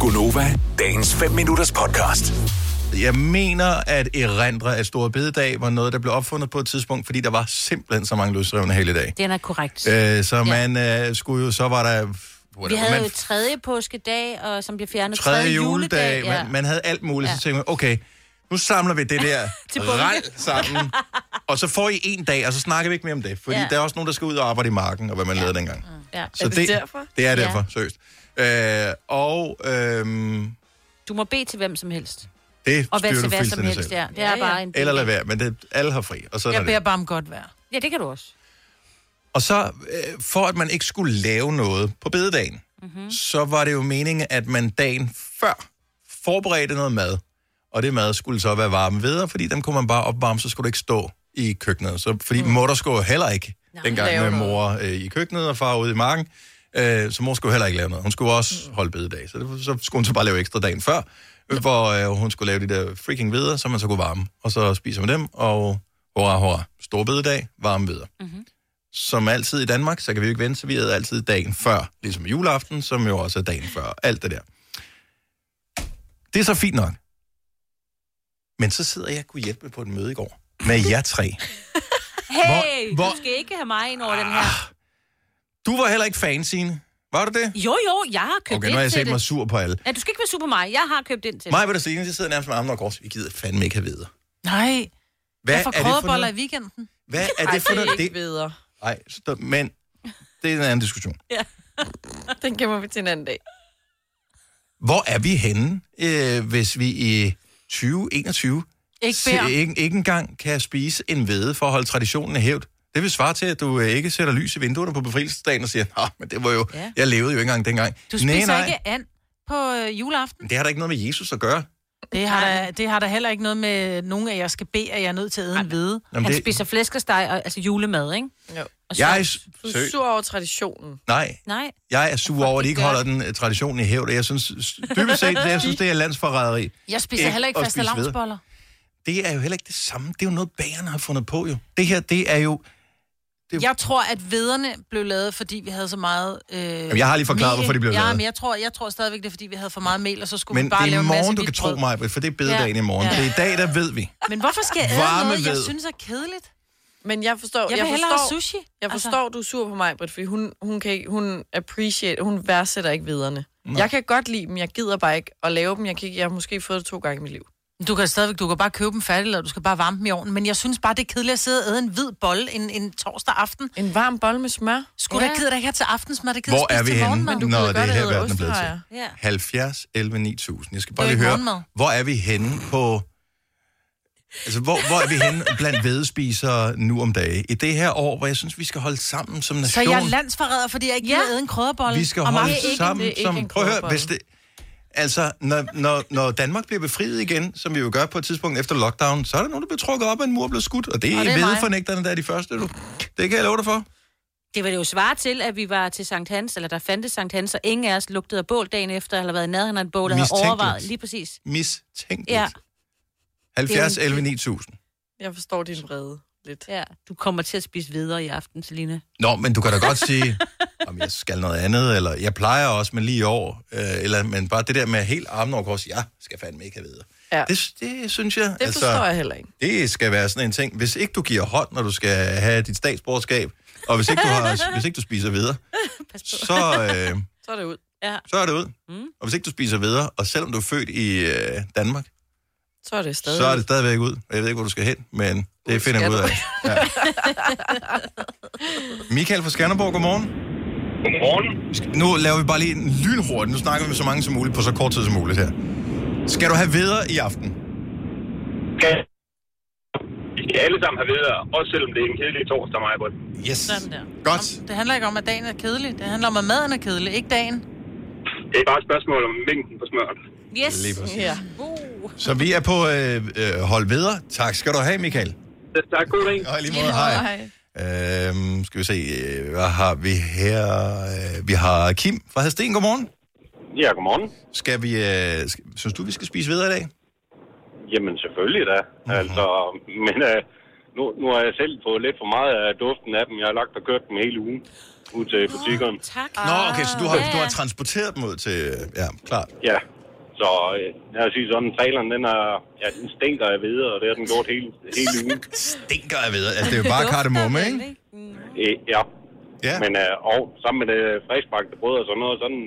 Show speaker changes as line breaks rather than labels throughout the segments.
Gunova, dagens 5 minutters podcast.
Jeg mener, at erindre af Store Bededag var noget, der blev opfundet på et tidspunkt, fordi der var simpelthen så mange løsrevne hele dag.
Den er korrekt.
Øh, så man øh, skulle jo, så var der...
Vi
whatever,
havde
man,
jo tredje påskedag, og som blev fjernet
tredje juledag,
ja.
man, man havde alt muligt, så
Ja.
tænkte man, okay, nu samler vi det der
Til bunke.
rel sammen, og så får I en dag, og så snakker vi ikke mere om det, fordi ja.
Ja.
der er også nogen, der skal ud og arbejde i marken, og hvad man ja. lavede dengang.
ja.
Så
Er det derfor?
Det er
Ja.
derfor, seriøst. Øh, og øhm,
Du må bede til hvem som helst.
det
Og
styrer du
hvad til hvad som
fuldstændig
helst,
selv.
ja. Det
Ja,
er
ja.
bare en
Eller lad være, men det, alle har fri, og sådan
Jeg
er det.
beder bare om godt vejr.
Ja, det kan du også.
Og så, øh, for at man ikke skulle lave noget på bededagen, mm-hmm. så var det jo meningen, at man dagen før forberedte noget mad, og det mad skulle så være varme videre, fordi dem kunne man bare opvarme, så skulle du ikke stå i køkkenet. Så, fordi mm. mor der skulle jo heller ikke, Nej, dengang
lave
med
noget.
mor øh, i køkkenet og far ude i marken, øh, så mor skulle heller ikke lave noget. Hun skulle også holde bededag, så, det, så skulle hun så bare lave ekstra dagen før, øh, hvor øh, hun skulle lave de der freaking videre, som man så kunne varme. Og så spiser man dem, og hurra, hurra, stor bededag, varme videre som altid i Danmark, så kan vi jo ikke vente, så vi havde altid dagen før, ligesom juleaften, som jo også er dagen før, alt det der. Det er så fint nok. Men så sidder jeg kunne hjælpe på et møde i går med jer tre.
Hey,
hvor- Ah.
du skal ikke have mig ind over den her.
Du var heller ikke fan, Signe. Var du det?
Jo, jo, jeg har købt
Okay, nu
ind
har jeg
til
set mig
det.
sur på alle.
Ja, du skal ikke være super mig. Jeg har købt ind til det.
Mig vil der sige, de sidder nærmest med armene og kors. Vi gider fandme ikke have videre.
Nej,
Hvad
jeg får
er det for
krødeboller i
noget?
weekenden.
Hvad er det for noget?
ikke
Det,
bedre.
nej, stop, men det er en anden diskussion.
Den gemmer vi til en anden dag.
Hvor er vi henne, øh, hvis vi i 2021
Ikke
Se-
bær.
ikke, ikke engang kan spise en hvede for at holde traditionen i hævd. Det vil svare til, at du øh, ikke sætter lys i vinduerne på befrielsesdagen og siger, nej, men det var jo, ja.
Ja.
jeg levede jo ikke engang dengang.
Du spiser nej, nej. ikke and på øh, juleaften.
Men Det har da ikke noget med Jesus at gøre.
Det har, da, det har da heller ikke noget med nogen af jer skal bede, at jeg er nødt til at æde en hvide.
Jamen,
Han
det,
spiser flæskesteg, og, altså julemad, ikke?
Jo.
Og
jeg, er
sovs.
s-
Du er
sø,
sur over traditionen.
nej,
Nej,
jeg er sur over, at de ikke
gør
holder den øh, tradition i hævd. og Jeg synes, s- dybest set, jeg synes, det er landsforræderi.
Jeg spiser
Ikke
ikke heller ikke
at
faste
spise hvede.
lavnsboller.
Det er jo heller ikke det samme. Det er jo noget, bagerne har fundet på jo. Det her, det er jo...
Jeg tror, at vederne blev lavet, fordi vi havde så meget... Øh, Jamen,
jeg har lige forklaret, hvorfor de blev
Ja,
lavet.
men jeg tror, jeg tror stadigvæk, det er, fordi vi havde for meget mel, og så skulle vi
Men det
bare
er i
lave en masse
morgen, du kan
hvidt
tro
brød.
mig, for det er bededagen
Ja.
i morgen.
Ja.
Det er i dag, der ved vi.
Men hvorfor skal jeg æde
Varme
noget, jeg
ved.
synes er kedeligt?
Men jeg forstår,
Jeg
jeg,
vil hellere have
forstår,
sushi.
jeg forstår altså. du er sur på mig, Britt, fordi hun, hun, kan ikke, hun appreciate, hun værdsætter ikke viderne. Jeg kan godt lide dem, jeg gider bare ikke at lave dem. Jeg, kan ikke, jeg har måske fået det to gange i mit liv.
Du kan stadigvæk, du kan bare købe dem færdig, eller du skal bare varme dem i ovnen. Men jeg synes bare, det er kedeligt at sidde og æde en hvid bolle en, en torsdag aften.
En varm bolle med smør.
Skulle ja. da kede dig ikke have til aftensmad, det gider
Hvor
spise
er vi
til
henne,
morgenmad.
Men du
når
kunne
det
godt
er her,
have
verden er
ædet
blevet til?
ostehøjer.
ja.
70, 11, 9000. Jeg skal
Det
bare
er
lige
jo
høre,
ikke morgenmad.
hvor er vi henne på... Altså, hvor, hvor er vi henne blandt vedespisere nu om dage? I det her år, hvor jeg synes, vi skal holde sammen som
Så
nation.
jeg er landsforræder, fordi jeg ikke gider
Ja.
æde en krødderbolle.
vi skal
og
holde
mange-
ikke-
sammen
det er ikke
som...
en
Prøv at høre,
krydderbolle.
hvis det... Altså, når, når, når Danmark bliver befriet igen, som vi jo gør på et tidspunkt efter lockdown, så er der nogen, der bliver trukket op af en mur og bliver skudt. Og det er,
Og
og
det er mig.
vedefornægterne, der er de første, du. Det kan jeg love dig for.
Det var det jo svar til, at vi var til Sankt Hans, eller der fandtes Sankt Hans, og ingen af os lugtede af bål dagen efter, eller været i nærheden af en bål, og havde
Mistænkeligt.
overvejet lige præcis.
Mistænkeligt. Ja.
Ja.
70,
Det er jo-
11, 9000.
Jeg forstår din vrede lidt.
ja. Du kommer til at spise videre i aften, Selina.
Nå, men du kan da godt sige, om jeg skal noget andet, eller jeg plejer også, men lige i år, øh, eller, men bare det der med helt armen over kors, jeg skal fandme ikke have videre. Ja.
Ja.
Det, det synes jeg,
Det altså, forstår jeg heller ikke.
det skal være sådan en ting. Hvis ikke du giver hånd, når du skal have dit statsborgerskab, og hvis ikke du, har, hvis ikke du spiser videre, så, øh,
Så er det ud.
Ja.
så er det ud. Mm. Og hvis ikke du spiser videre, og selvom du er født i øh, Danmark,
Så er det stadig
så er
ud.
det stadigvæk ud. Jeg ved ikke, hvor du skal hen, men det finder jeg ud af. Ja. Michael fra Skanderborg, godmorgen.
Godmorgen.
Nu laver vi bare lige en lynhurtig. Nu snakker vi med så mange som muligt på så kort tid som muligt her. Skal du have videre i aften?
Skal vi skal alle sammen have videre, også selvom det er en kedelig torsdag, mig.
Yes.
Sådan der.
Godt.
Det handler ikke om, at dagen er kedelig. Det handler om, at maden er kedelig, ikke dagen.
Det er bare et spørgsmål om mængden på smøren.
Yes.
Lige præcis.
Ja.
Uh.
Så vi er på øh, øh, hold videre. Tak skal du have, Michael.
Så Tak, god dag.
Og i lige måde, hej. Øhm, skal vi se, øh, hvad har vi her? Øh, vi har Kim fra Hadsten, godmorgen.
Ja, godmorgen.
Skal vi, øh, skal, synes du, vi skal spise videre i dag?
Jamen, selvfølgelig da. Altså, men øh, nu, nu har jeg selv fået lidt for meget af duften af dem. Jeg har lagt og kørt dem hele ugen ud til butikkerne.
Tak. Ah.
Nå, okay, så du har, du har transporteret dem ud til... Ja, klart.
Ja, Så øh, jeg synes sådan, traileren, den, er, ja, den stinker af videre, og det har den gjort hele, hele ugen.
Stinker jeg ved. Altså, det er jo bare kardemomme, ikke?
Mm.
Øh, ja.
Ja.
Men øh, og sammen med det friskbagte brød og sådan noget, sådan,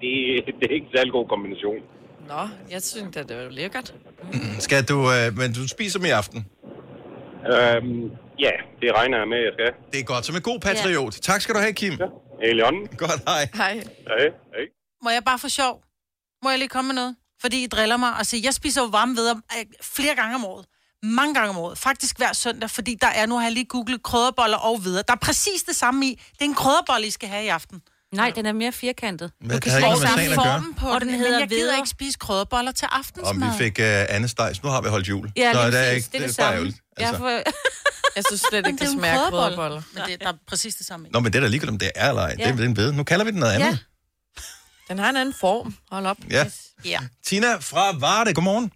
det, det, det er ikke en særlig god kombination.
Nå, jeg synes, at det var lækkert.
Skal du... Øh, men du spiser dem i aften.
Øhm, ja, det regner jeg med, jeg skal.
Det er godt, som en god patriot. Tak skal du have, Kim.
Elion,
Godt, hej.
Hej.
hej, hej.
Må jeg bare få sjov? Må jeg lige komme med noget? Fordi I driller mig. Altså, jeg spiser jo varme ved øh, flere gange om året. Mange gange om året. Faktisk hver søndag, fordi der er, nu har jeg lige googlet krødderboller og videre. Der er præcis det samme i. Det er en krødderbolle, I skal have i aften.
Nej, den er mere firkantet.
Hvad, det har ikke noget med sagen at gøre.
på
Og
den,
den
men
hedder
jeg gider
hveder.
ikke spise krødderboller til aftensmad.
Om vi fik uh, Anne Stejs. Nu har vi holdt jul.
Ja,
så
lige
er det,
præcis.
ikke,
det er det
bare
samme.
ærgerligt.
Jeg
Altså.
får...
Jeg synes slet ikke,
Det
det
er jo en
smager af
krødderbolle.
krydderboller.
Men det, der er præcis det samme i.
Nå, men det er da ligegyldigt, om det er eller ej. Ja.
Ja.
Det er en ved. Nu kalder vi den noget andet.
Den har en anden form. Hold op.
Ja.
Ja.
Tina fra Varde, godmorgen.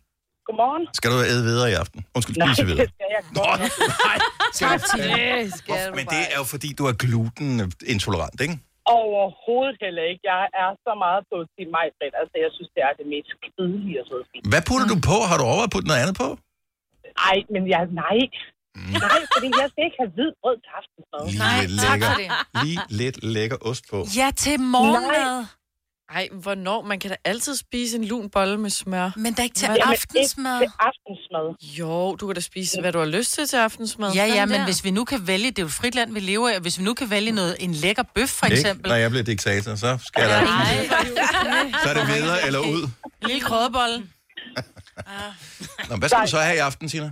Godmorgen.
Skal du æde videre i aften? Undskyld, spise videre.
det skal jeg
Nå,
godt.
nej. Skal du,
Det skal
men det er jo fordi, du er glutenintolerant, ikke?
Overhovedet heller ikke. Jeg er så meget på sin majbrit. Altså, jeg synes, det er det mest kedelige og sådan noget.
Hvad putter
Mm.
du på? Har du overvejet at putte noget andet på?
Nej, men jeg, nej. Nej, fordi jeg skal ikke have hvid brød til aftensmad.
Nej,
lidt
tak
lækker,
for det.
lige lidt lækker ost på.
Ja, til morgenmad.
Ej, hvornår? Man kan da altid spise en lun bolle med smør.
Men der er ikke til
Jamen,
aftensmad.
Ikke til aftensmad.
Jo, du kan da spise, hvad du har lyst til til aftensmad.
Ja, ja,
Sådan
men
der.
hvis vi nu kan vælge, det er jo et frit land, vi lever i, og hvis vi nu kan vælge noget, en lækker bøf for
Ikke?
eksempel,
Når jeg bliver diktator, så skal jeg da spise. Så er det videre eller ud.
en lille krødebolle.
Nå, hvad skal du så have i aften, Tina?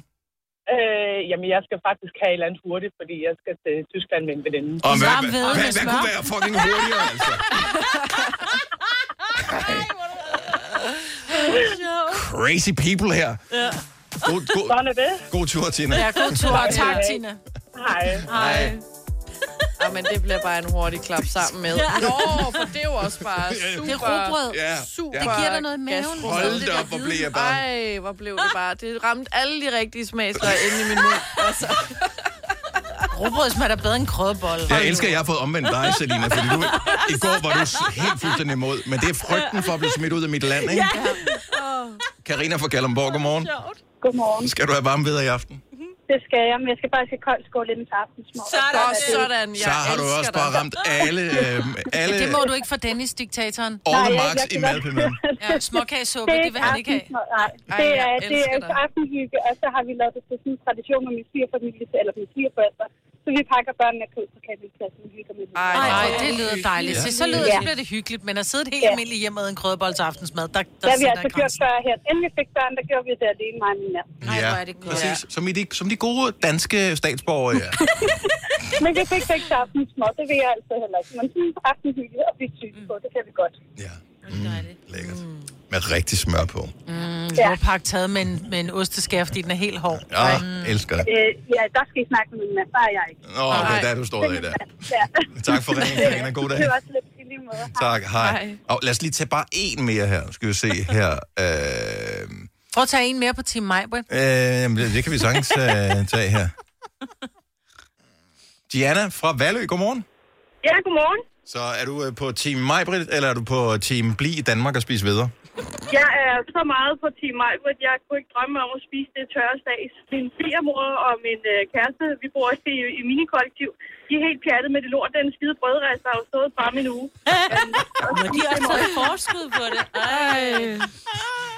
Øh, jamen, jeg skal faktisk have et eller andet hurtigt, fordi jeg skal til Tyskland med en veninde.
Og hvad,
Varm
hvad,
hvede
hvad,
med
hvad
smør.
kunne være fucking hurtigere, altså? Crazy people her. God, god,
Sådan er det.
god tur, Tina.
Ja, god tur, og tak, Tina.
Hej.
Nej. Ja, men det bliver bare en hurtig klap sammen med. Nå, for det er jo også bare super...
Det er rugbrød.
Ja,
Super
ja.
Det giver dig noget i maven.
gastronomi.
Hold da op, hvor blev jeg bare...
Ej, hvor blev det bare. Det ramte alle de rigtige smagsløg inde i min mund. Altså.
Rugbrød smager da bedre end krødebolle.
Jeg elsker, at jeg har fået omvendt dig, Selina, fordi du, i går var du s- helt fuldstændig imod, men det er frygten for at blive smidt ud af mit land, ikke? Karina fra Kalundborg, godmorgen.
Godmorgen.
Skal du have varme videre i aften?
Det skal jeg, men jeg skal faktisk have koldt skål inden til aftensmål.
Sådan, og sådan, jeg
Så har du
elsker
også
dig.
bare ramt alle, øh, alle
Det må du ikke for Dennis, diktatoren.
all
Nej,
the
jeg-
marks
jeg
i
kan godt-
madpilmen.
Ja, småkagesuppe, det vil han ikke have.
aftensmad, Nej,
Ej,
det
jeg
er, det er
elsker dig.
aftenhygge, og så har vi lavet det til sådan en tradition med min svigerfamilie, eller min svigerforældre. Så vi pakker børnene ud på campingpladsen og hygger med dem.
Ej,
Ej,
nej,
ej, det lyder dejligt. Se, så, lyder,
Ja.
så bliver det hyggeligt, men at sidde et helt
Ja.
almindeligt hjemme med en krødebolle til aftensmad, der,
Det
der
har vi
sætter
altså
jeg
gjort
grænsen.
før her. Inden vi fik børn, der gjorde vi det alene, mig og min mand.
Ej, hvor er det godt.
præcis. Som, i de, som de gode danske statsborgere, ja.
Men vi fik ikke til aftensmål, det vil jeg altså heller ikke. Men sådan aftenhygge og blive syge på, det kan vi godt.
ja. Mm, lækkert. Med rigtig smør på.
Ja.
Råpak taget med en, med en osteskær, fordi den er helt hård.
Ja, Ah, elsker det.
Øh, ja, der skal I snakke med min mand, der er jeg ikke.
Nå, okay, der er du står i dag.
Ja.
Tak for ringen, Karina. God dag.
Det var også lidt i lige måde.
Tak, hej.
Hej.
Og lad os lige tage bare en mere her. Nu Skal vi se her. Øh,
Prøv at tage en mere på Team Majbrit.
øh, jamen, det- det kan vi sagtens øh, tage her. Diana fra Valø, godmorgen.
Ja, godmorgen.
Så er du øh, på Team Majbrit, eller er du på Team Bli i Danmark og spise videre?
Jeg er så meget på Team Majbert, jeg kunne ikke drømme om at spise det tørrestags. Min svigermor og min øh, kæreste, vi bor også i, i minikollektiv, de er helt pjattet med det lort. Den skide brødrest har jo stået bare min uge.
De har også taget forskud på det. Ej.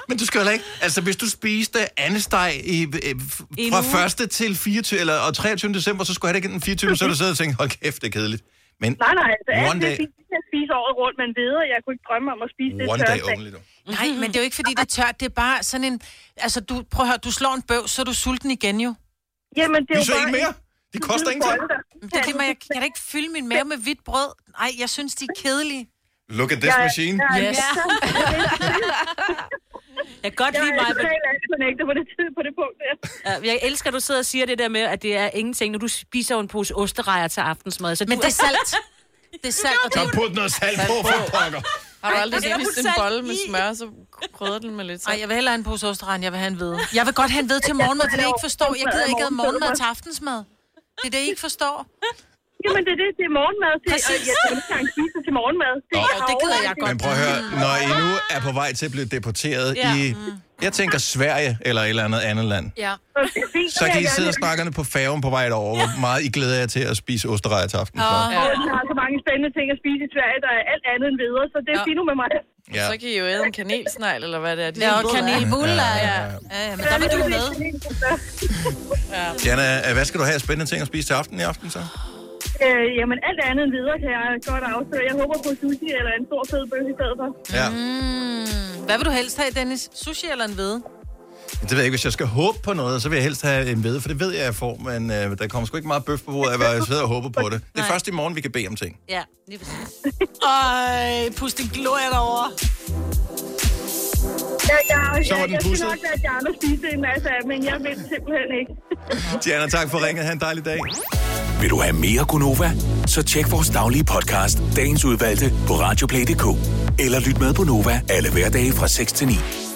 Men du skal heller ikke... Altså, hvis du spiste andesteg i, øh, f-
En uge.
fra 1. til 24, eller, og 23. december, så skulle jeg da ikke den 24, så er du siddet og tænkt, hold kæft, det er kedeligt. Men
Nej, nej, altså alt
one
det
day,
fint, det kan jeg spise året rundt, men videre, jeg kunne ikke drømme om at spise det
one day
tørrestags.
only, du.
Nej, men det er jo ikke, fordi det er tørt. Det er bare sådan en... Altså, du, prøv at høre, du slår en bøv, så er du sulten igen jo.
Jamen, det er
Du
jo
så
bare
en mere? Det koster ingenting.
Men Det er lige, meget, jeg kan da ikke fylde min mave med hvidt brød. Nej, jeg synes, de er kedelige.
Look at this machine.
Yes.
Jeg kan godt
Jeg
lide
er
mig, men
totalt ankonægtet på det, tid- på det punkt der.
øh, jeg elsker, at du sidder og siger det der med, at det er ingenting, når du spiser jo en pose osterejer til aftensmad. Så
Men
du
det er salt. Det er salt, og det
Så put noget salt på for pokker.
Har du aldrig
det er
spist en
salt
bolle med
i.
smør, så krydder den med lidt
Nej,
salt.
jeg vil hellere have en pose osteregn, jeg vil have en hvide. Jeg vil godt have en hvide til morgenmad, det er det, jeg ikke forstår. Jeg gider ikke have morgenmad til aftensmad. Det er det, I ikke forstår.
Jamen, det er det. Det er morgenmad. Det, og
Præcis.
jeg kan ikke engang spise det til morgenmad. Det,
Nå, det gider jeg godt.
Men prøv at høre, når I nu er på vej til at blive deporteret ja.
Ja.
i, jeg tænker Sverige eller et eller andet andet land,
Ja.
så kan I sidde og snakke på færgen på vej derover, hvor meget I glæder jer til at spise osterrejer til aften.
Åh.
Og jeg Øh, har så mange spændende ting at spise i Sverige, der er alt andet end videre, så det er
Ja.
fint nu med mig.
Ja.
Så kan I jo æde en kanelsnegl, eller hvad det er. De
Ja,
sådan
og
ved, hvad det er.
kanelbuller,
Ja,
ja.
ja, ja.
ja. ja. Men der var du med.
Jana, øh, hvad skal du have af spændende ting at spise til aften i aften så?
Øh, jamen, alt andet end videre kan jeg godt afsløre. Jeg håber på sushi eller en stor fed bøf i stedet for.
Ja.
Mm. Hvad vil du helst have, Dennis? Sushi eller en hvide?
Det ved jeg ikke. Hvis jeg skal håbe på noget, så vil jeg helst have en ved, for det ved jeg, jeg får, men øh, der kommer sgu ikke meget bøf på bordet, af, hvad jeg sidder og håber på det. Det er
Nej.
først i morgen, vi kan bede om ting.
Ja, lige præcis.
Ej, øh, pust din glorie derovre.
Ja, ja,
Så
ja,
var den
jeg
pusset.
skal nok lade de andre spise en masse af, men jeg vil simpelthen ikke.
Diana, tak for ringet. Ha' en dejlig dag.
Vil du have mere Gunova? Så tjek vores daglige podcast, dagens udvalgte, på radioplay.dk. Eller lyt med på Nova alle hverdage fra 6 til 9.